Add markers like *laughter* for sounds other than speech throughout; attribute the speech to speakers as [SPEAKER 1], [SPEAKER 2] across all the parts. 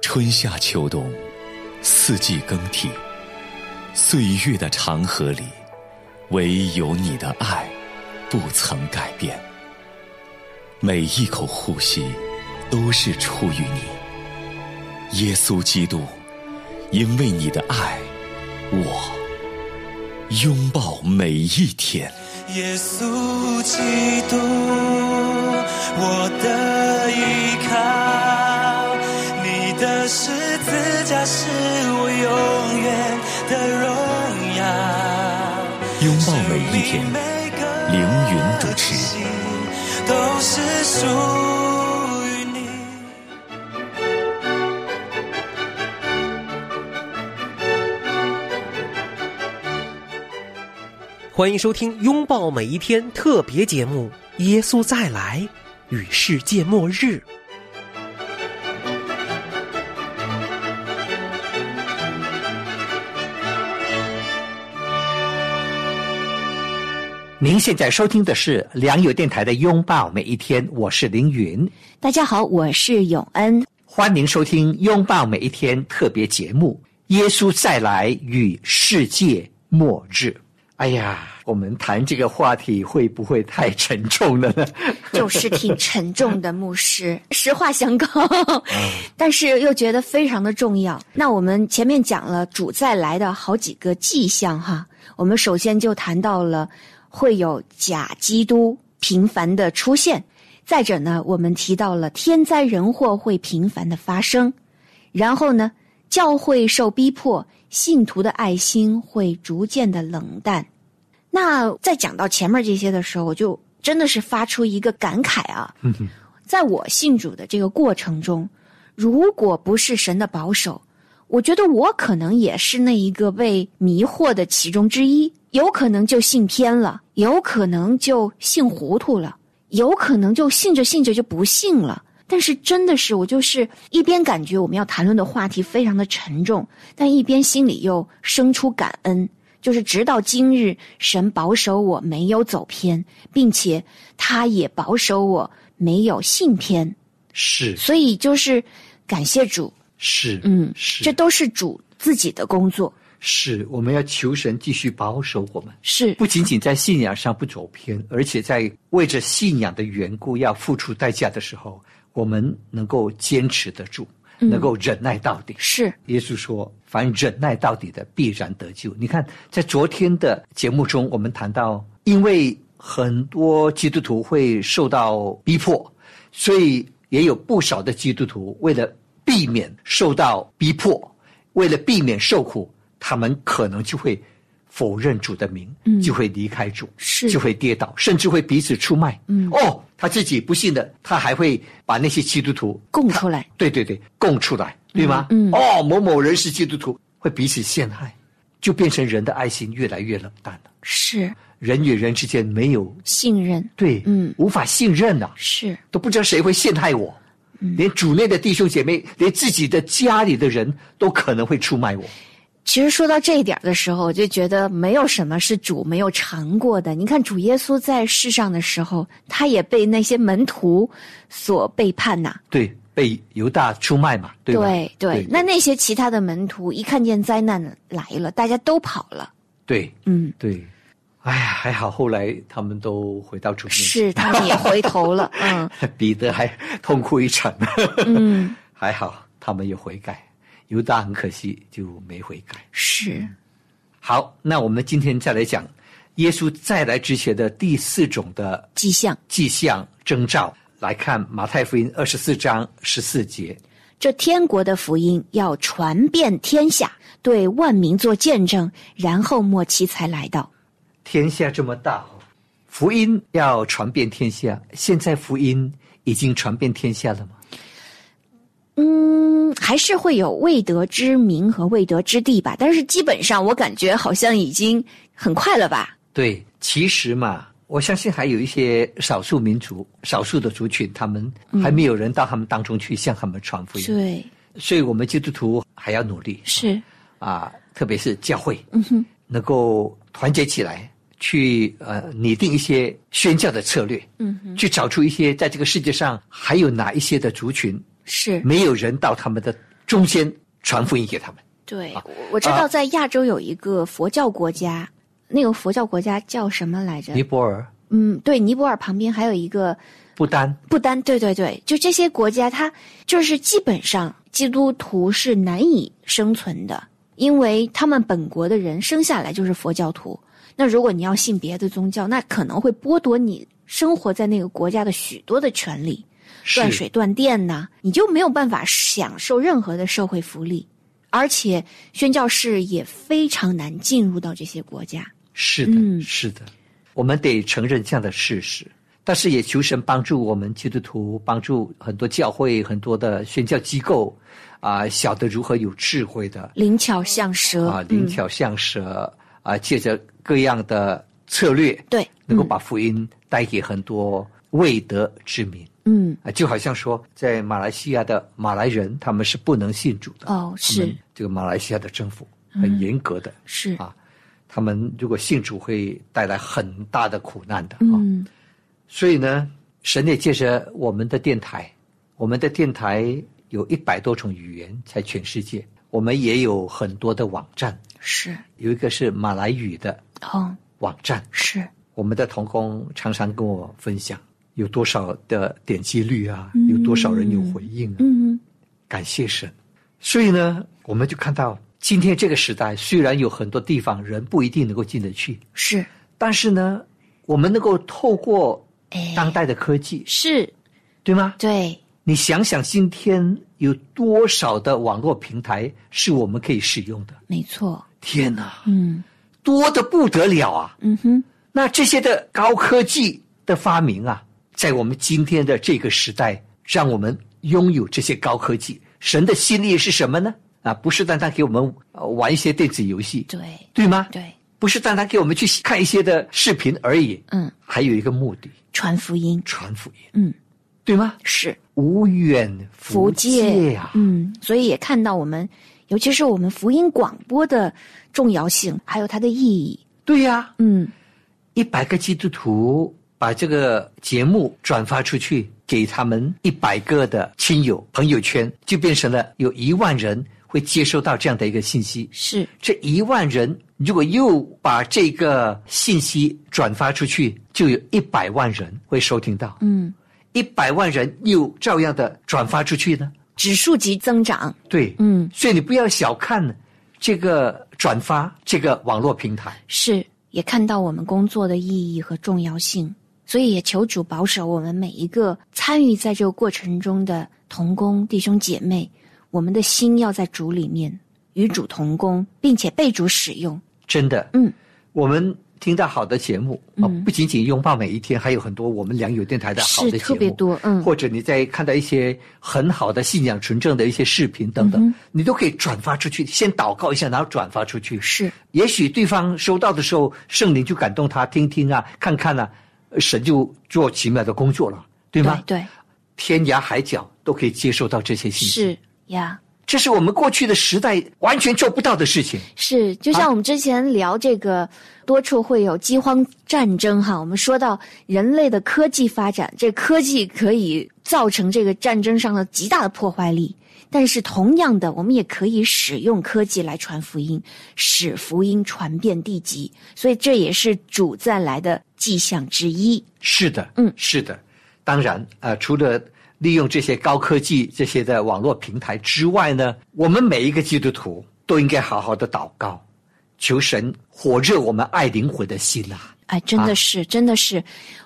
[SPEAKER 1] 春夏秋冬，四季更替，岁月的长河里，唯有你的爱不曾改变。每一口呼吸，都是出于你。耶稣基督，因为你的爱，我拥抱每一天。
[SPEAKER 2] 耶稣基督，我的依靠，你的十字架是我永远的荣耀。
[SPEAKER 1] 拥抱每一天
[SPEAKER 2] 生命每个
[SPEAKER 1] 凌云主持
[SPEAKER 2] 颗心都是属于你。
[SPEAKER 3] 欢迎收听《拥抱每一天》特别节目《耶稣再来与世界末日》。
[SPEAKER 4] 您现在收听的是良友电台的《拥抱每一天》，我是凌云，
[SPEAKER 5] 大家好，我是永恩。
[SPEAKER 4] 欢迎收听《拥抱每一天》特别节目《耶稣再来与世界末日》。哎呀，我们谈这个话题会不会太沉重了呢？
[SPEAKER 5] 就是挺沉重的牧师， *laughs* 实话相告， *laughs* 但是又觉得非常的重要。那我们前面讲了主再来的好几个迹象哈，我们首先就谈到了会有假基督频繁的出现，再者呢，我们提到了天灾人祸会频繁的发生，然后呢，教会受逼迫，信徒的爱心会逐渐的冷淡。那在讲到前面这些的时候，我就真的是发出一个感慨啊，在我信主的这个过程中，如果不是神的保守，我觉得我可能也是那一个被迷惑的其中之一，有可能就信偏了，有可能就信糊涂了，有可能就信着信着就不信了。但是真的是，我就是一边感觉我们要谈论的话题非常的沉重，但一边心里又生出感恩，就是直到今日，神保守我没有走偏，并且他也保守我没有信偏，
[SPEAKER 4] 是
[SPEAKER 5] 所以就是感谢主，
[SPEAKER 4] 是，
[SPEAKER 5] 嗯，
[SPEAKER 4] 是
[SPEAKER 5] 这都是主自己的工作，
[SPEAKER 4] 是，我们要求神继续保守我们，
[SPEAKER 5] 是
[SPEAKER 4] 不仅仅在信仰上不走偏，而且在为着信仰的缘故要付出代价的时候，我们能够坚持得住，
[SPEAKER 5] 嗯
[SPEAKER 4] 能够忍耐到底。
[SPEAKER 5] 是，
[SPEAKER 4] 耶稣说：“凡忍耐到底的，必然得救。”你看，在昨天的节目中，我们谈到，因为很多基督徒会受到逼迫，所以也有不少的基督徒为了避免受到逼迫，为了避免受苦，他们可能就会否认主的名，
[SPEAKER 5] 嗯
[SPEAKER 4] 就会离开主，
[SPEAKER 5] 是
[SPEAKER 4] 就会跌倒，甚至会彼此出卖。
[SPEAKER 5] 嗯
[SPEAKER 4] 哦，他自己不信的，他还会把那些基督徒
[SPEAKER 5] 供出来，
[SPEAKER 4] 对对对，供出来，对吗？
[SPEAKER 5] 嗯嗯
[SPEAKER 4] 哦，某某人是基督徒，会彼此陷害，就变成人的爱心越来越冷淡了。
[SPEAKER 5] 是
[SPEAKER 4] 人与人之间没有
[SPEAKER 5] 信任，
[SPEAKER 4] 对，
[SPEAKER 5] 嗯
[SPEAKER 4] 无法信任呐、
[SPEAKER 5] 是
[SPEAKER 4] 都不知道谁会陷害我。
[SPEAKER 5] 嗯
[SPEAKER 4] 连主内的弟兄姐妹，连自己的家里的人都可能会出卖我。
[SPEAKER 5] 其实说到这一点的时候，我就觉得没有什么是主没有尝过的。你看，主耶稣在世上的时候，他也被那些门徒所背叛呐、
[SPEAKER 4] 对，被犹大出卖嘛，对吧？
[SPEAKER 5] 对
[SPEAKER 4] 对
[SPEAKER 5] 那那些其他的门徒一看见灾难来了，大家都跑了。
[SPEAKER 4] 对
[SPEAKER 5] 嗯，
[SPEAKER 4] 对，哎呀，还好后来他们都回到主面前，
[SPEAKER 5] 是，他们也回头了。嗯
[SPEAKER 4] *laughs* 彼得还痛哭一场。
[SPEAKER 5] 嗯，
[SPEAKER 4] 还好他们有悔改，犹大很可惜就没悔改。
[SPEAKER 5] 是
[SPEAKER 4] 好，那我们今天再来讲耶稣再来之前的第四种的
[SPEAKER 5] 迹象。
[SPEAKER 4] 迹象征兆，来看马太福音二十四章十四节。
[SPEAKER 5] 这天国的福音要传遍天下，对万民做见证，然后末期才来到。
[SPEAKER 4] 天下这么大哦，福音要传遍天下，现在福音已经传遍天下了吗？
[SPEAKER 5] 嗯，还是会有未得之民和未得之地吧，但是基本上我感觉好像已经很快了吧。
[SPEAKER 4] 对，其实嘛，我相信还有一些少数民族、少数的族群，他们还没有人到他们当中去向他们传福音。
[SPEAKER 5] 对，
[SPEAKER 4] 所以我们基督徒还要努力
[SPEAKER 5] 是，
[SPEAKER 4] 啊，特别是教会
[SPEAKER 5] 嗯哼，
[SPEAKER 4] 能够团结起来，去呃拟定一些宣教的策略，
[SPEAKER 5] 嗯哼，
[SPEAKER 4] 去找出一些在这个世界上还有哪一些的族群
[SPEAKER 5] 是
[SPEAKER 4] 没有人到他们的中间传福音给他们。
[SPEAKER 5] 对，
[SPEAKER 4] 啊
[SPEAKER 5] 我我知道在亚洲有一个佛教国家，那个佛教国家叫什么来着
[SPEAKER 4] 尼？泊尔、
[SPEAKER 5] 嗯，对，尼泊尔旁边还有一个
[SPEAKER 4] 不丹，
[SPEAKER 5] 不丹，对对对，就这些国家，它就是基本上基督徒是难以生存的，因为他们本国的人生下来就是佛教徒。那如果你要信别的宗教，那可能会剥夺你生活在那个国家的许多的权利，
[SPEAKER 4] 是
[SPEAKER 5] 断水断电呐、你就没有办法享受任何的社会福利，而且宣教士也非常难进入到这些国家。
[SPEAKER 4] 是的，
[SPEAKER 5] 嗯
[SPEAKER 4] 是的，我们得承认这样的事实，但是也求神帮助我们基督徒，帮助很多教会、很多的宣教机构，啊、晓得如何有智慧的
[SPEAKER 5] 灵巧像蛇
[SPEAKER 4] 啊、灵
[SPEAKER 5] 嗯
[SPEAKER 4] 巧像蛇啊、借着各样的策略，
[SPEAKER 5] 对
[SPEAKER 4] 能够
[SPEAKER 5] 嗯
[SPEAKER 4] 把福音带给很多未得之民
[SPEAKER 5] 嗯，
[SPEAKER 4] 啊、就好像说在马来西亚的马来人，他们是不能信主的，
[SPEAKER 5] 哦，
[SPEAKER 4] 他们
[SPEAKER 5] 是嗯
[SPEAKER 4] 这个马来西亚的政府很严格的。
[SPEAKER 5] 是，
[SPEAKER 4] 啊，他们如果信主会带来很大的苦难的啊、
[SPEAKER 5] 嗯。
[SPEAKER 4] 所以呢，神也借着我们的电台，我们的电台有一百多种语言在全世界，我们也有很多的网站，
[SPEAKER 5] 是
[SPEAKER 4] 有一个是马来语的
[SPEAKER 5] 哦，
[SPEAKER 4] 网站，
[SPEAKER 5] 是
[SPEAKER 4] 我们的童工常常跟我分享有多少的点击率啊，
[SPEAKER 5] 嗯
[SPEAKER 4] 有多少人有回应啊，
[SPEAKER 5] 嗯
[SPEAKER 4] 感谢神。所以呢，我们就看到今天这个时代，虽然有很多地方人不一定能够进得去，
[SPEAKER 5] 是
[SPEAKER 4] 但是呢，我们能够透过
[SPEAKER 5] 哎
[SPEAKER 4] 当代的科技，
[SPEAKER 5] 是，
[SPEAKER 4] 对吗？
[SPEAKER 5] 对
[SPEAKER 4] 你想想，今天有多少的网络平台是我们可以使用的？
[SPEAKER 5] 没错，
[SPEAKER 4] 天哪，
[SPEAKER 5] 嗯
[SPEAKER 4] 多的不得了啊！
[SPEAKER 5] 嗯哼
[SPEAKER 4] 那这些的高科技的发明啊，在我们今天的这个时代，让我们拥有这些高科技。神的心意是什么呢？啊，不是单单给我们呃玩一些电子游戏，
[SPEAKER 5] 对
[SPEAKER 4] 对吗？
[SPEAKER 5] 对，
[SPEAKER 4] 不是单单给我们去看一些的视频而已，
[SPEAKER 5] 嗯，
[SPEAKER 4] 还有一个目的，
[SPEAKER 5] 传福音
[SPEAKER 4] 传福音，
[SPEAKER 5] 嗯，
[SPEAKER 4] 对吗？
[SPEAKER 5] 是
[SPEAKER 4] 无远
[SPEAKER 5] 福
[SPEAKER 4] 福
[SPEAKER 5] 建
[SPEAKER 4] 界啊，
[SPEAKER 5] 嗯，所以也看到我们，尤其是我们福音广播的重要性，还有它的意义，
[SPEAKER 4] 对呀、
[SPEAKER 5] 嗯
[SPEAKER 4] 一百个基督徒把这个节目转发出去，给他们一百个的亲友朋友圈，就变成了有一万人会接收到这样的一个信息。
[SPEAKER 5] 是
[SPEAKER 4] 这一万人如果又把这个信息转发出去，就有一百万人会收听到。
[SPEAKER 5] 嗯，
[SPEAKER 4] 一百万人又照样的转发出去呢？
[SPEAKER 5] 指数级增长，
[SPEAKER 4] 对，
[SPEAKER 5] 嗯
[SPEAKER 4] 所以你不要小看这个转发这个网络平台。
[SPEAKER 5] 是也看到我们工作的意义和重要性，所以也求主保守我们每一个参与在这个过程中的同工弟兄姐妹，我们的心要在主里面与主同工，并且被主使用。
[SPEAKER 4] 真的，
[SPEAKER 5] 嗯，
[SPEAKER 4] 我们听到好的节目啊、不仅仅拥抱每一天，还有很多我们良友电台的啊好的节
[SPEAKER 5] 是
[SPEAKER 4] 目，
[SPEAKER 5] 特别多嗯
[SPEAKER 4] 或者你在看到一些很好的信仰纯正的一些视频等
[SPEAKER 5] 嗯
[SPEAKER 4] 等，你都可以转发出去，先祷告一下，然后转发出去。
[SPEAKER 5] 是，
[SPEAKER 4] 也许对方收到的时候，圣灵就感动他，听听啊，看看啊，神就做奇妙的工作了，对吗？
[SPEAKER 5] 对，
[SPEAKER 4] 天涯海角都可以接收到这些信息，
[SPEAKER 5] 是呀。
[SPEAKER 4] 这是我们过去的时代完全做不到的事情。
[SPEAKER 5] 是，就像我们之前聊这个多处会有饥荒战争哈，我们说到人类的科技发展，这科技可以造成这个战争上的极大的破坏力。但是同样的，我们也可以使用科技来传福音，使福音传遍地极。所以这也是主再来的迹象之一。
[SPEAKER 4] 是的，
[SPEAKER 5] 嗯
[SPEAKER 4] 是的。当然，呃，除了利用这些高科技、这些的网络平台之外呢，我们每一个基督徒都应该好好的祷告，求神火热我们爱灵魂的心啊。
[SPEAKER 5] 哎，真的是，真的是，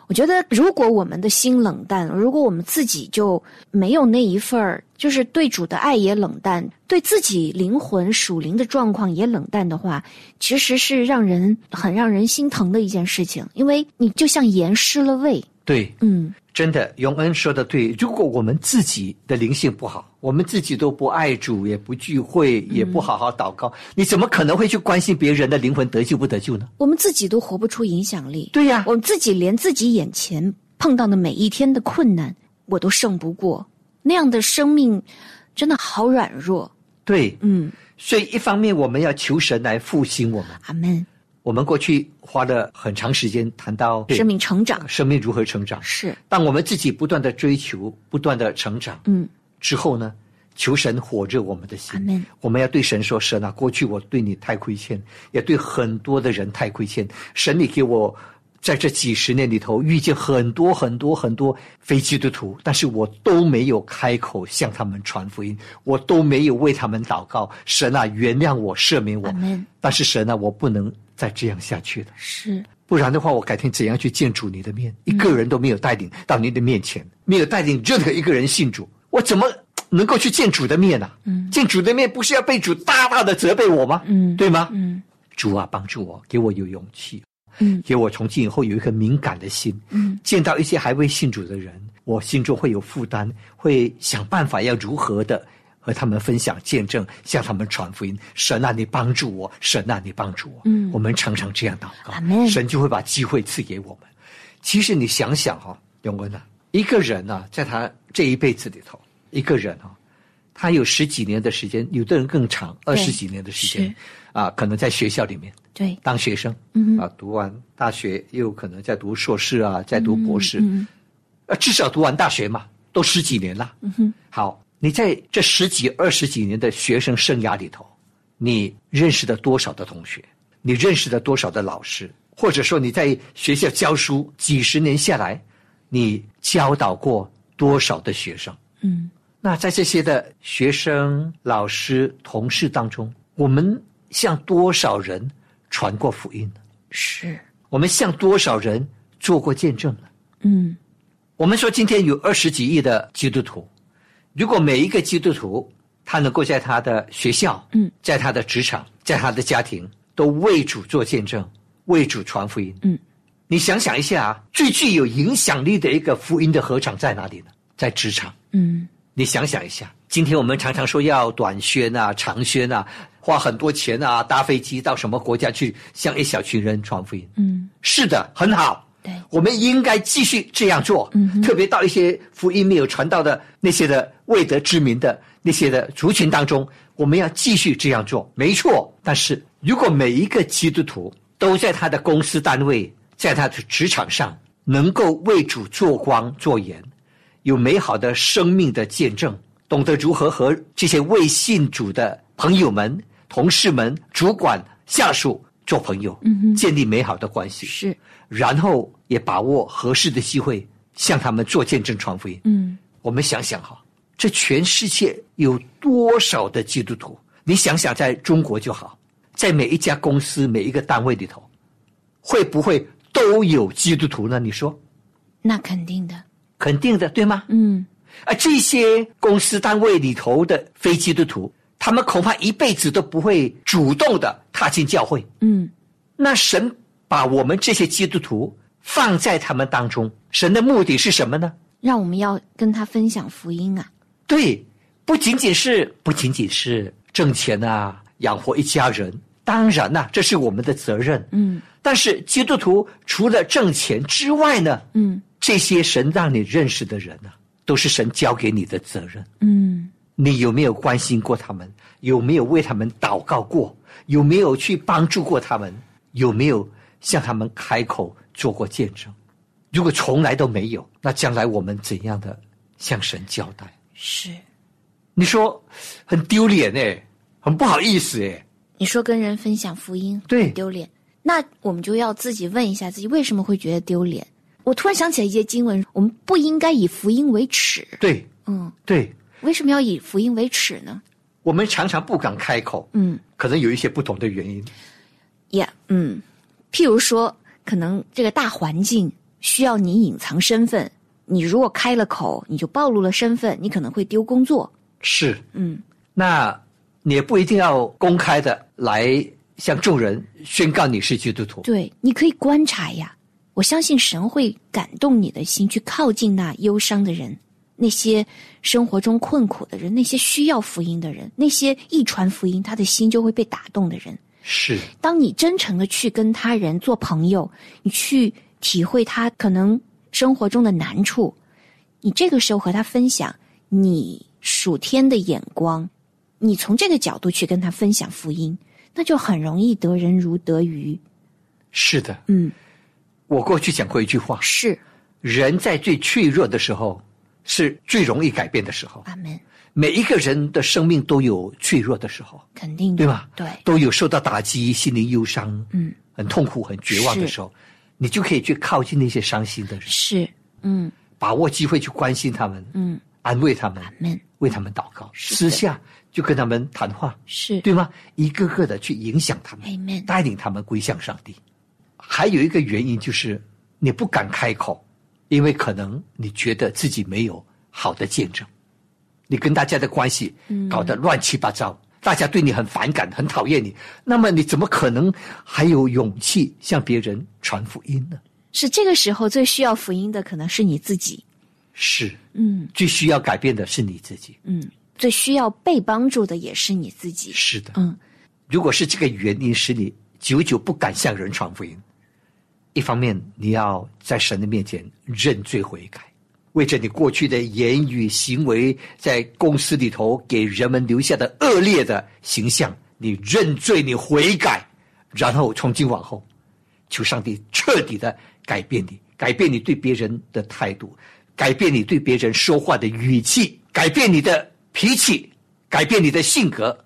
[SPEAKER 5] 我觉得如果我们的心冷淡，如果我们自己就没有那一份儿，就是对主的爱也冷淡，对自己灵魂属灵的状况也冷淡的话，其实是让人很让人心疼的一件事情，因为你就像盐失了味，
[SPEAKER 4] 对，
[SPEAKER 5] 嗯，
[SPEAKER 4] 真的，永恩说的对。如果我们自己的灵性不好，我们自己都不爱主，也不聚会，也不好好祷告，你怎么可能会去关心别人的灵魂得救不得救呢？
[SPEAKER 5] 我们自己都活不出影响力，
[SPEAKER 4] 对呀、啊
[SPEAKER 5] 我们自己连自己眼前碰到的每一天的困难，我都胜不过，那样的生命真的好软弱，
[SPEAKER 4] 对。
[SPEAKER 5] 嗯，
[SPEAKER 4] 所以一方面我们要求神来复兴我们，
[SPEAKER 5] 阿门。
[SPEAKER 4] 我们过去花了很长时间谈到
[SPEAKER 5] 生命成长
[SPEAKER 4] 生命如何成长。
[SPEAKER 5] 是，
[SPEAKER 4] 当我们自己不断的追求、不断的成长
[SPEAKER 5] 嗯，
[SPEAKER 4] 之后呢，求神火热我们的心。
[SPEAKER 5] 阿们
[SPEAKER 4] 我们要对神说：“神啊，过去我对你太亏欠，也对很多的人太亏欠。神，你给我在这几十年里头遇见很多很多很多非基督徒，但是我都没有开口向他们传福音，我都没有为他们祷告。神啊，原谅我，赦免我
[SPEAKER 5] 阿们。
[SPEAKER 4] 但是神啊，我不能再这样下去了。
[SPEAKER 5] 是
[SPEAKER 4] 不然的话，我改天怎样去见主你的面？
[SPEAKER 5] 嗯
[SPEAKER 4] 一个人都没有带领到你的面前，没有带领任何一个人信主，我怎么能够去见主的面呢、嗯，见主的面不是要被主大大的责备我吗？
[SPEAKER 5] 嗯
[SPEAKER 4] 对吗？
[SPEAKER 5] 嗯，
[SPEAKER 4] 主啊，帮助我，给我有勇气，
[SPEAKER 5] 嗯，
[SPEAKER 4] 给我从今以后有一颗敏感的心，
[SPEAKER 5] 嗯，
[SPEAKER 4] 见到一些还未信主的人，我心中会有负担，会想办法要如何的。和他们分享见证，向他们传福音。神啊，你帮助我！神啊，你帮助我！
[SPEAKER 5] 嗯
[SPEAKER 4] 我们常常这样祷告。
[SPEAKER 5] 阿们
[SPEAKER 4] 啊神就会把机会赐给我们。其实你想想哈、永文啊，一个人呢、在他这一辈子里头，一个人啊，他有十几年的时间，有的人更长，二十几年的时间
[SPEAKER 5] 是，
[SPEAKER 4] 啊，可能在学校里面
[SPEAKER 5] 对，
[SPEAKER 4] 当学生，
[SPEAKER 5] 嗯
[SPEAKER 4] 啊，读完大学又可能在读硕士啊，在读博士，
[SPEAKER 5] 嗯
[SPEAKER 4] 啊，至少读完大学嘛，都十几年了。
[SPEAKER 5] 嗯哼，
[SPEAKER 4] 好，你在这十几、二十几年的学生生涯里头，你认识了多少的同学？你认识了多少的老师？或者说你在学校教书几十年下来，你教导过多少的学生？
[SPEAKER 5] 嗯
[SPEAKER 4] 那在这些的学生、老师、同事当中，我们向多少人传过福音呢？
[SPEAKER 5] 是，
[SPEAKER 4] 我们向多少人做过见证呢？
[SPEAKER 5] 嗯
[SPEAKER 4] 我们说今天有二十几亿的基督徒，如果每一个基督徒他能够在他的学校、
[SPEAKER 5] 嗯，
[SPEAKER 4] 在他的职场、在他的家庭都为主做见证，为主传福音，
[SPEAKER 5] 嗯，
[SPEAKER 4] 你想想一下啊，最具有影响力的一个福音的合场在哪里呢？在职场。
[SPEAKER 5] 嗯
[SPEAKER 4] 你想想一下，今天我们常常说要短宣啊、长宣啊，花很多钱啊，搭飞机到什么国家去向一小群人传福音。
[SPEAKER 5] 嗯，
[SPEAKER 4] 是的，很好。
[SPEAKER 5] 对
[SPEAKER 4] 我们应该继续这样做。嗯，特别到一些福音没有传到的那些的未得之民的那些的族群当中，我们要继续这样做，没错。但是如果每一个基督徒都在他的公司单位，在他的职场上能够为主做光做盐，有美好的生命的见证，懂得如何和这些未信主的朋友们、同事们、主管、下属做朋友，嗯、建立美好的关系，
[SPEAKER 5] 是，
[SPEAKER 4] 然后也把握合适的机会向他们做见证、传福音。
[SPEAKER 5] 嗯
[SPEAKER 4] 我们想想哈，这全世界有多少的基督徒？你想想，在中国就好，在每一家公司、每一个单位里头，会不会都有基督徒呢？你说，
[SPEAKER 5] 那肯定的，
[SPEAKER 4] 肯定的，对吗？
[SPEAKER 5] 嗯
[SPEAKER 4] 啊，这些公司单位里头的非基督徒，他们恐怕一辈子都不会主动的踏进教会。
[SPEAKER 5] 嗯
[SPEAKER 4] 那神把我们这些基督徒放在他们当中，神的目的是什么呢？
[SPEAKER 5] 让我们要跟他分享福音啊，
[SPEAKER 4] 对，不仅仅是不仅仅是挣钱啊，养活一家人，当然啦、这是我们的责任。
[SPEAKER 5] 嗯
[SPEAKER 4] 但是基督徒除了挣钱之外呢，
[SPEAKER 5] 嗯
[SPEAKER 4] 这些神让你认识的人呢、都是神交给你的责任。
[SPEAKER 5] 嗯
[SPEAKER 4] 你有没有关心过他们？有没有为他们祷告过？有没有去帮助过他们？有没有向他们开口做过见证？如果从来都没有，那将来我们怎样的向神交代？
[SPEAKER 5] 是。
[SPEAKER 4] 你说很丢脸哎、很不好意思哎、
[SPEAKER 5] 你说跟人分享福音，
[SPEAKER 4] 对
[SPEAKER 5] 很丢脸。那我们就要自己问一下自己，为什么会觉得丢脸？我突然想起来一些经文，我们不应该以福音为耻。
[SPEAKER 4] 对
[SPEAKER 5] 嗯，
[SPEAKER 4] 对，
[SPEAKER 5] 为什么要以福音为耻呢？
[SPEAKER 4] 我们常常不敢开口，
[SPEAKER 5] 嗯，
[SPEAKER 4] 可能有一些不同的原因。
[SPEAKER 5] 也、嗯，譬如说，可能这个大环境需要你隐藏身份，你如果开了口，你就暴露了身份，你可能会丢工作。
[SPEAKER 4] 是，
[SPEAKER 5] 嗯，
[SPEAKER 4] 那你也不一定要公开的来向众人宣告你是基督徒。
[SPEAKER 5] 对，你可以观察呀。我相信神会感动你的心，去靠近那忧伤的人，那些生活中困苦的人，那些需要福音的人，那些一传福音，他的心就会被打动的人。
[SPEAKER 4] 是，
[SPEAKER 5] 当你真诚的去跟他人做朋友，你去体会他可能生活中的难处，你这个时候和他分享你属天的眼光，你从这个角度去跟他分享福音，那就很容易得人如得鱼。
[SPEAKER 4] 是的。
[SPEAKER 5] 嗯，
[SPEAKER 4] 我过去讲过一句话：
[SPEAKER 5] 是
[SPEAKER 4] 人在最脆弱的时候，是最容易改变的时候。
[SPEAKER 5] 阿门。
[SPEAKER 4] 每一个人的生命都有脆弱的时候，
[SPEAKER 5] 肯定的
[SPEAKER 4] 对吧？
[SPEAKER 5] 对，
[SPEAKER 4] 都有受到打击、心灵忧伤，
[SPEAKER 5] 嗯，
[SPEAKER 4] 很痛苦、很绝望的时候，你就可以去靠近那些伤心的人，
[SPEAKER 5] 是，嗯
[SPEAKER 4] 把握机会去关心他们，
[SPEAKER 5] 嗯，
[SPEAKER 4] 安慰他们，
[SPEAKER 5] 们
[SPEAKER 4] 为他们祷告，
[SPEAKER 5] 是的
[SPEAKER 4] 私下就跟他们谈话，
[SPEAKER 5] 是
[SPEAKER 4] 对吗？一个个的去影响他们，
[SPEAKER 5] ，Amen，
[SPEAKER 4] 带领他们归向上帝。还有一个原因就是你不敢开口，因为可能你觉得自己没有好的见证，你跟大家的关系
[SPEAKER 5] 嗯
[SPEAKER 4] 搞得乱七八糟，大家对你很反感、很讨厌你，那么你怎么可能还有勇气向别人传福音呢？
[SPEAKER 5] 是这个时候最需要福音的可能是你自己，
[SPEAKER 4] 是
[SPEAKER 5] 嗯
[SPEAKER 4] 最需要改变的是你自己。
[SPEAKER 5] 嗯，最需要被帮助的也是你自己，
[SPEAKER 4] 是的，
[SPEAKER 5] 嗯，
[SPEAKER 4] 如果是这个原因使你久久不敢向人传福音，一方面你要在神的面前认罪悔改，为着你过去的言语行为，在公司里头给人们留下的恶劣的形象，你认罪，你悔改，然后从今往后，求上帝彻底的改变你，改变你对别人的态度，改变你对别人说话的语气，改变你的脾气，改变你的性格，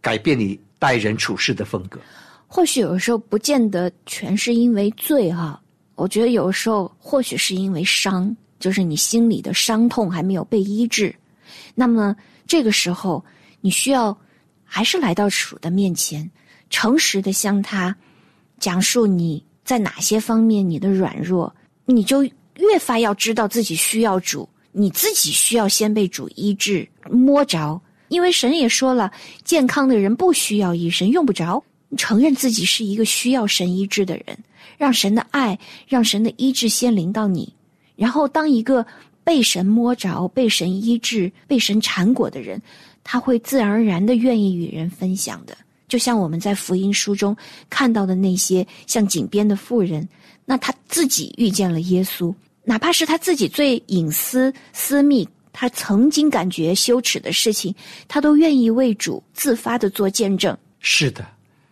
[SPEAKER 4] 改变你待人处事的风格。
[SPEAKER 5] 或许有时候不见得全是因为罪哈、我觉得有时候或许是因为伤，就是你心里的伤痛还没有被医治，那么这个时候你需要还是来到主的面前，诚实的向他讲述你在哪些方面你的软弱，你就越发要知道自己需要主，你自己需要先被主医治摸着，因为神也说了，健康的人不需要医生，用不着。你承认自己是一个需要神医治的人，让神的爱，让神的医治先临到你，然后当一个被神摸着、被神医治、被神缠裹的人，他会自然而然的愿意与人分享的。就像我们在福音书中看到的那些像井边的妇人，那他自己遇见了耶稣，哪怕是他自己最隐私、私密，他曾经感觉羞耻的事情，他都愿意为主自发的做见证。
[SPEAKER 4] 是的，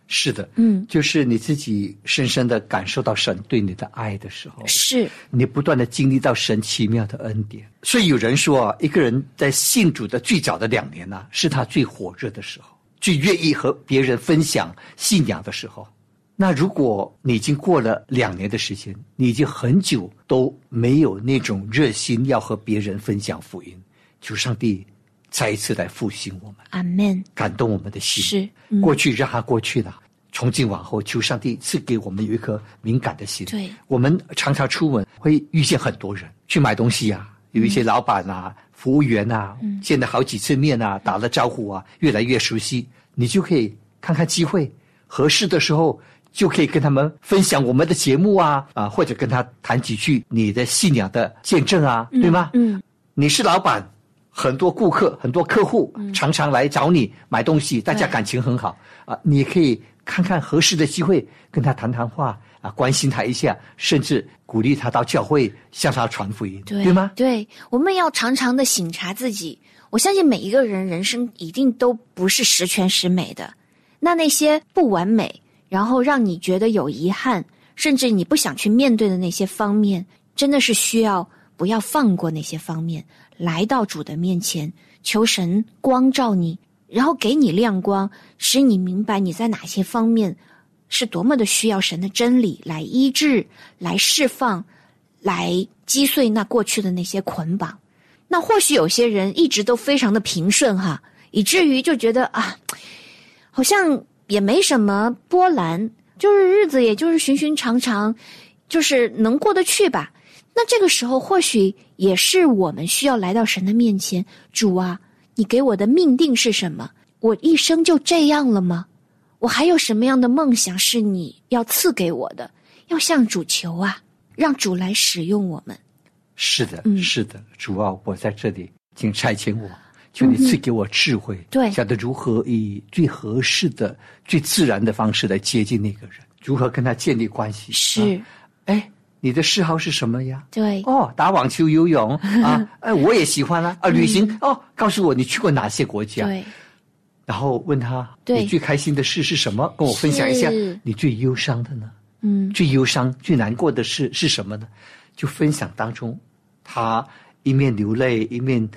[SPEAKER 4] 是的，
[SPEAKER 5] 嗯，
[SPEAKER 4] 就是你自己深深的感受到神对你的爱的时候，
[SPEAKER 5] 是，
[SPEAKER 4] 你不断的经历到神奇妙的恩典。所以有人说啊，一个人在信主的最早的两年呢、是他最火热的时候，最愿意和别人分享信仰的时候。那如果你已经过了两年的时间，你已经很久都没有那种热心要和别人分享福音，求上帝再一次来复兴我们。
[SPEAKER 5] 阿门。
[SPEAKER 4] 感动我们的心。
[SPEAKER 5] 是嗯
[SPEAKER 4] 过去让它过去了。从今往后，求上帝赐给我们有一颗敏感的心。
[SPEAKER 5] 对
[SPEAKER 4] 我们常常出门会遇见很多人，去买东西啊，有一些老板啊、
[SPEAKER 5] 嗯
[SPEAKER 4] 服务员啊，见了好几次面啊，打了招呼啊，越来越熟悉，你就可以看看机会，合适的时候就可以跟他们分享我们的节目啊啊，或者跟他谈几句你的信仰的见证啊，对吗？
[SPEAKER 5] 嗯，
[SPEAKER 4] 你是老板，很多顾客、很多客户
[SPEAKER 5] 嗯
[SPEAKER 4] 常常来找你买东西，大家感情很好啊，你可以看看合适的机会跟他谈谈话啊，关心他一下，甚至鼓励他到教会向他传福音，
[SPEAKER 5] 对，
[SPEAKER 4] 吗？
[SPEAKER 5] 对，我们要常常的醒察自己。我相信每一个人人生一定都不是十全十美的，那那些不完美，然后让你觉得有遗憾，甚至你不想去面对的那些方面，真的是需要不要放过那些方面，来到主的面前，求神光照你，然后给你亮光，使你明白你在哪些方面是多么的需要神的真理来医治、来释放、来击碎那过去的那些捆绑。那或许有些人一直都非常的平顺哈，以至于就觉得啊，好像也没什么波澜，就是日子也就是寻寻常常，就是能过得去吧。那这个时候，或许也是我们需要来到神的面前，主啊，你给我的命定是什么？我一生就这样了吗？我还有什么样的梦想是你要赐给我的？要向主求啊，让主来使用我们。
[SPEAKER 4] 是的，
[SPEAKER 5] 嗯
[SPEAKER 4] 是的，主啊，我在这里，请差遣我，求你赐给我智慧，
[SPEAKER 5] 对
[SPEAKER 4] 晓得如何以最合适的、最自然的方式来接近那个人，如何跟他建立关系。
[SPEAKER 5] 是
[SPEAKER 4] 啊，哎，你的嗜好是什么呀？
[SPEAKER 5] 对，
[SPEAKER 4] 哦，打网球、游
[SPEAKER 5] *laughs*
[SPEAKER 4] 泳啊，哎，我也喜欢啊。啊，旅行、哦，告诉我你去过哪些国家，
[SPEAKER 5] 嗯对，
[SPEAKER 4] 然后问他
[SPEAKER 5] 对
[SPEAKER 4] 你最开心的事是什么，跟我分享一下
[SPEAKER 5] 是。
[SPEAKER 4] 你最忧伤的呢？
[SPEAKER 5] 嗯，
[SPEAKER 4] 最忧伤、最难过的事是什么呢？就分享当中，他一面流泪一面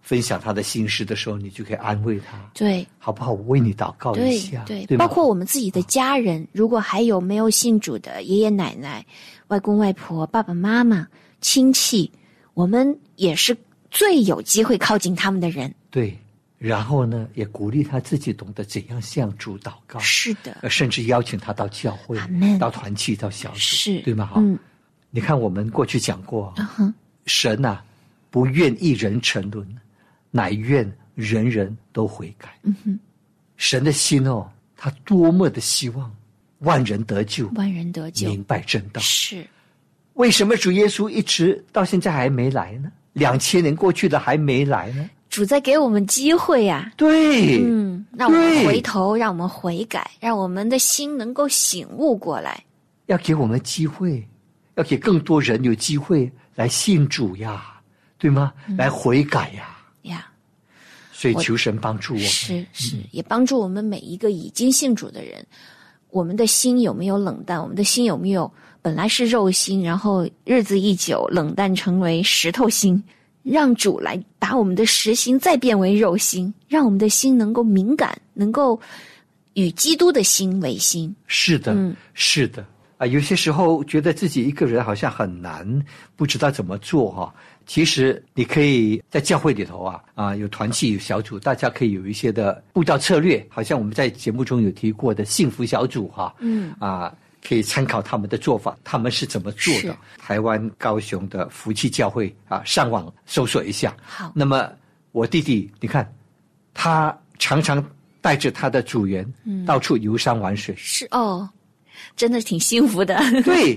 [SPEAKER 4] 分享他的心事的时候，你就可以安慰他，
[SPEAKER 5] 对
[SPEAKER 4] 好不好？啊我为你祷告一
[SPEAKER 5] 对
[SPEAKER 4] 下，
[SPEAKER 5] 对，
[SPEAKER 4] 吧
[SPEAKER 5] 包括我们自己的家人，如果还有没有信主的爷爷奶奶、外公外婆、爸爸妈妈、亲戚，我们也是最有机会靠近他们的人。
[SPEAKER 4] 对，然后呢，也鼓励他自己懂得怎样向主祷告，
[SPEAKER 5] 是的，
[SPEAKER 4] 呃甚至邀请他到教会
[SPEAKER 5] Amen、
[SPEAKER 4] 到团契、到小组，
[SPEAKER 5] 是
[SPEAKER 4] 对吗？哈、
[SPEAKER 5] 嗯，
[SPEAKER 4] 你看我们过去讲过，
[SPEAKER 5] 哼
[SPEAKER 4] 神啊，不愿一人沉沦，乃愿人人都悔改。嗯哼，神的心哦，他多么的希望万人得救，
[SPEAKER 5] 万人得救
[SPEAKER 4] 明白真道。
[SPEAKER 5] 是
[SPEAKER 4] 为什么主耶稣一直到现在还没来呢？两千年过去了还没来呢？
[SPEAKER 5] 主在给我们机会啊呀、
[SPEAKER 4] 对，
[SPEAKER 5] 嗯，让我们
[SPEAKER 4] 对
[SPEAKER 5] 回头，让我们悔改，让我们的心能够醒悟过来。
[SPEAKER 4] 要给我们机会，要给更多人有机会来信主呀，对吗？来悔改呀。
[SPEAKER 5] 呀，
[SPEAKER 4] 所以
[SPEAKER 5] 我
[SPEAKER 4] 求神帮助我们。
[SPEAKER 5] 是是，也帮助我们每一个已经信主的人，我们的心有没有冷淡？我们的心有没有本来是肉心，然后日子一久冷淡成为石头心？让主来把我们的实心再变为肉心，让我们的心能够敏感，能够与基督的心为心。
[SPEAKER 4] 是的，
[SPEAKER 5] 嗯
[SPEAKER 4] 是的。啊，有些时候觉得自己一个人好像很难，不知道怎么做哈、其实你可以在教会里头啊，啊，有团契、有小组，大家可以有一些的布道策略，好像我们在节目中有提过的幸福小组哈、
[SPEAKER 5] 嗯，
[SPEAKER 4] 啊，可以参考他们的做法，他们是怎么做
[SPEAKER 5] 是
[SPEAKER 4] 的。台湾高雄的福气教会啊，上网搜索一下。
[SPEAKER 5] 好，
[SPEAKER 4] 那么我弟弟，你看，他常常带着他的组员、
[SPEAKER 5] 嗯
[SPEAKER 4] 到处游山玩水，
[SPEAKER 5] 是哦，真的挺幸福的。 *laughs*
[SPEAKER 4] 对，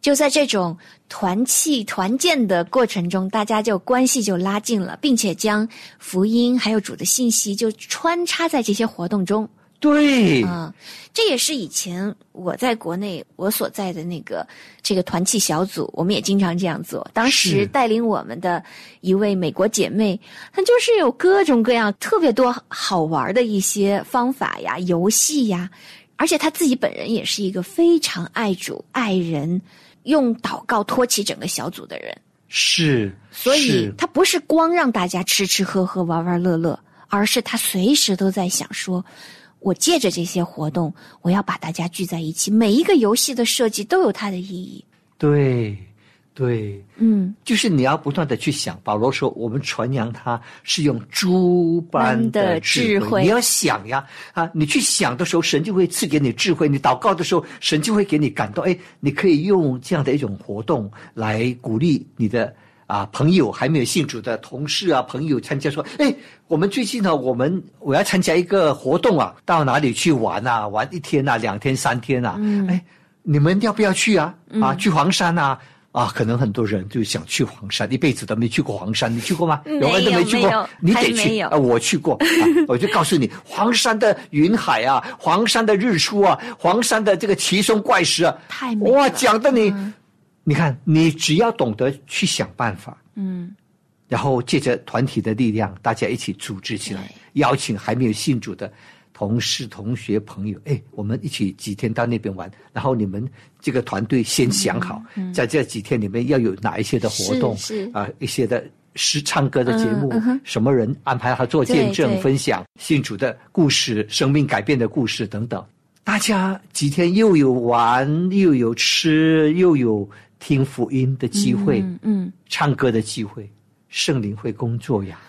[SPEAKER 5] 就在这种团契团建的过程中，大家就关系就拉近了，并且将福音还有主的信息就穿插在这些活动中。
[SPEAKER 4] 对，
[SPEAKER 5] 嗯、这也是以前我在国内我所在的那个这个团契小组，我们也经常这样做。当时
[SPEAKER 4] 是
[SPEAKER 5] 带领我们的一位美国姐妹，她就是有各种各样特别多好玩的一些方法呀、游戏呀，而且她自己本人也是一个非常爱主、爱人，用祷告托起整个小组的人。
[SPEAKER 4] 是，
[SPEAKER 5] 所以
[SPEAKER 4] 是
[SPEAKER 5] 他不是光让大家吃吃喝喝、玩玩乐乐，而是他随时都在想说，我借着这些活动，我要把大家聚在一起。每一个游戏的设计都有它的意义。
[SPEAKER 4] 对，对，
[SPEAKER 5] 嗯，
[SPEAKER 4] 就是你要不断的去想。保罗说，我们传扬他是用诸般
[SPEAKER 5] 般的
[SPEAKER 4] 的
[SPEAKER 5] 智
[SPEAKER 4] 智
[SPEAKER 5] 慧
[SPEAKER 4] 你要想呀，啊，你去想的时候，神就会赐给你智慧；你祷告的时候，神就会给你感动。哎，你可以用这样的一种活动来鼓励你的。啊，朋友还没有信主的同事啊，朋友参加说，哎，我们最近呢，我们我要参加一个活动啊，到哪里去玩啊？玩一天啊，两天、三天啊，
[SPEAKER 5] 嗯
[SPEAKER 4] 哎，你们要不要去啊？啊，去黄山啊？啊，可能很多人就想去黄山，一辈子都没去过黄山，你去过吗？
[SPEAKER 5] 嗯
[SPEAKER 4] 有人都
[SPEAKER 5] 没有
[SPEAKER 4] 去
[SPEAKER 5] 没有
[SPEAKER 4] 过，你得
[SPEAKER 5] 还没
[SPEAKER 4] 去
[SPEAKER 5] 有
[SPEAKER 4] 啊！我去
[SPEAKER 5] *laughs*
[SPEAKER 4] 过、啊我就告诉你，黄山的云海啊，黄山的日出啊，黄山的这个奇松怪石啊，
[SPEAKER 5] 太美
[SPEAKER 4] 哇，
[SPEAKER 5] 了嗯
[SPEAKER 4] 讲的你，你看，你只要懂得去想办法，
[SPEAKER 5] 嗯，
[SPEAKER 4] 然后借着团体的力量，大家一起组织起来
[SPEAKER 5] 对，
[SPEAKER 4] 邀请还没有信主的同事、同学、朋友，哎，我们一起几天到那边玩。然后你们这个团队先想好，在这几天里面要有哪一些的活动
[SPEAKER 5] 嗯是是
[SPEAKER 4] 啊、一些的诗唱歌的节目，
[SPEAKER 5] 嗯嗯哼
[SPEAKER 4] 什么人安排他做见
[SPEAKER 5] 对
[SPEAKER 4] 证、
[SPEAKER 5] 对
[SPEAKER 4] 分享信主的故事、生命改变的故事等等。大家几天又有玩，又有吃，又有听福音的机会，
[SPEAKER 5] 嗯嗯。
[SPEAKER 4] 唱歌的机会，圣灵会工作呀。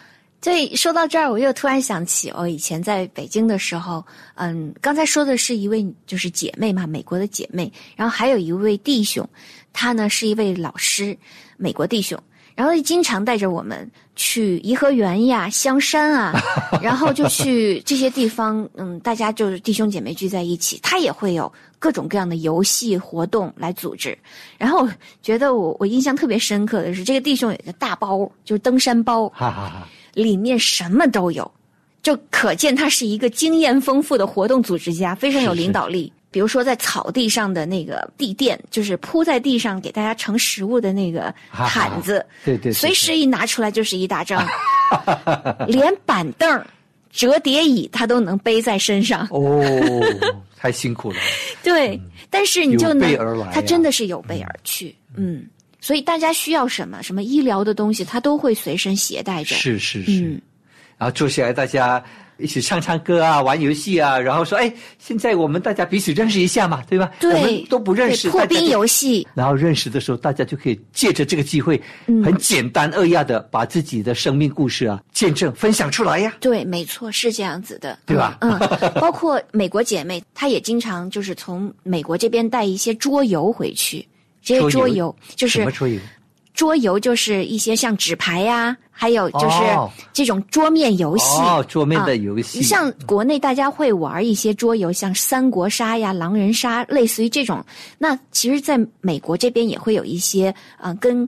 [SPEAKER 5] 所以说到这儿，我又突然想起，哦我、以前在北京的时候，嗯，刚才说的是一位就是姐妹嘛，美国的姐妹，然后还有一位弟兄，他呢是一位老师，美国弟兄，然后经常带着我们去颐和园呀、香山啊，然后就去这些地方，嗯，大家就是弟兄姐妹聚在一起，他也会有各种各样的游戏活动来组织。然后我觉得我我印象特别深刻的是，这个弟兄有一个大包，就是登山包，
[SPEAKER 4] 哈哈
[SPEAKER 5] *laughs*
[SPEAKER 4] 哈！
[SPEAKER 5] 里面什么都有，就可见他是一个经验丰富的活动组织家，非常有领导力。比如说，在草地上的那个地垫，就是铺在地上给大家盛食物的那个
[SPEAKER 4] 哈哈
[SPEAKER 5] 毯子，
[SPEAKER 4] 对对对
[SPEAKER 5] 随时一拿出来就是一大
[SPEAKER 4] *laughs*
[SPEAKER 5] 张，连板凳儿、折叠椅他都能背在身上。
[SPEAKER 4] 哦，太辛苦了。
[SPEAKER 5] 对，但是你就
[SPEAKER 4] 有
[SPEAKER 5] 能
[SPEAKER 4] 备而来，啊
[SPEAKER 5] 他
[SPEAKER 4] 呀
[SPEAKER 5] 真的是有备而去，嗯。所以大家需要什么什么医疗的东西，他都会随身携带着。
[SPEAKER 4] 是是是。
[SPEAKER 5] 嗯
[SPEAKER 4] 然后坐下来大家一起唱唱歌啊，玩游戏啊，然后说，哎，现在我们大家彼此认识一下嘛，对吧？我
[SPEAKER 5] 对
[SPEAKER 4] 们，都不认识，
[SPEAKER 5] 对破
[SPEAKER 4] 大家就
[SPEAKER 5] 冰游戏，
[SPEAKER 4] 然后认识的时候，大家就可以借着这个机会，
[SPEAKER 5] 嗯
[SPEAKER 4] 很简单扼要的把自己的生命故事啊见证分享出来呀。
[SPEAKER 5] 对，没错，是这样子的，
[SPEAKER 4] 对吧
[SPEAKER 5] 嗯，嗯 *laughs* 包括美国姐妹，她也经常就是从美国这边带一些桌游回去。这些
[SPEAKER 4] 桌游
[SPEAKER 5] 桌游就
[SPEAKER 4] 什
[SPEAKER 5] 是
[SPEAKER 4] 么桌游？
[SPEAKER 5] 桌游，就是一些像纸牌呀、还有就是
[SPEAKER 4] 哦
[SPEAKER 5] 这种桌面游戏。
[SPEAKER 4] 哦，桌面的游戏。
[SPEAKER 5] 啊像国内大家会玩一些桌游，像三国杀呀、狼人杀，类似于这种。那其实，在美国这边也会有一些嗯、呃跟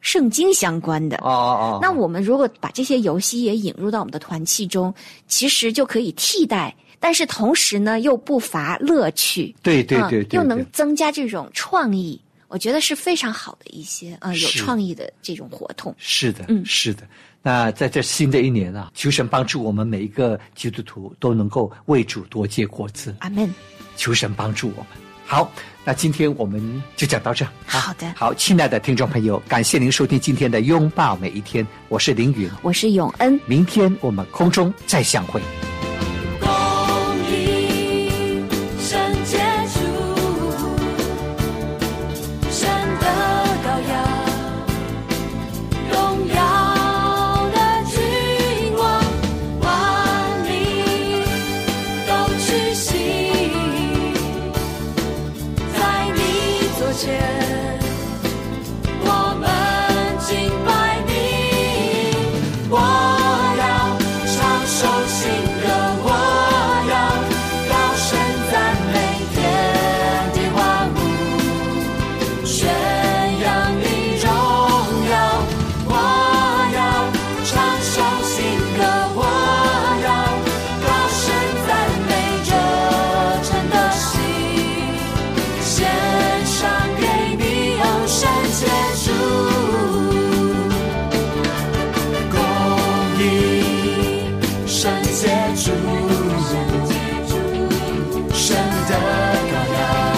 [SPEAKER 5] 圣经相关的。
[SPEAKER 4] 哦哦哦，
[SPEAKER 5] 那我们如果把这些游戏也引入到我们的团契中，其实就可以替代，但是同时呢，又不乏乐趣，
[SPEAKER 4] 对对
[SPEAKER 5] 嗯
[SPEAKER 4] 对对，
[SPEAKER 5] 又能
[SPEAKER 4] 对
[SPEAKER 5] 增加这种创意，我觉得是非常好的一些啊、呃有
[SPEAKER 4] 是
[SPEAKER 5] 创意的这种活动。
[SPEAKER 4] 是的，
[SPEAKER 5] 嗯
[SPEAKER 4] 是的。那在这新的一年啊，求神帮助我们每一个基督徒都能够为主多结果子，
[SPEAKER 5] 阿门。
[SPEAKER 4] 求神帮助我们。好，那今天我们就讲到这。啊
[SPEAKER 5] 好的
[SPEAKER 4] 好，亲爱的听众朋友，感谢您收听今天的《拥抱每一天》，我是凌云，
[SPEAKER 5] 我是永恩，
[SPEAKER 4] 明天我们空中再相会。
[SPEAKER 6] 公益圣洁主，神的羔羊，荣耀的君王，万民都屈膝，在你左前，我们敬拜你，我要唱首新歌，我要高声赞美天地万物，宣扬你荣耀。我要唱首新歌，我要高声赞美这城的心。献上给你，哦，神结束。公益神结束，神的羔羊，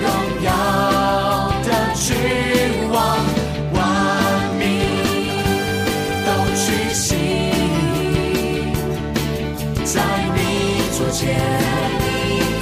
[SPEAKER 6] 荣耀的君王，万民都屈膝，在你左肩。哦哦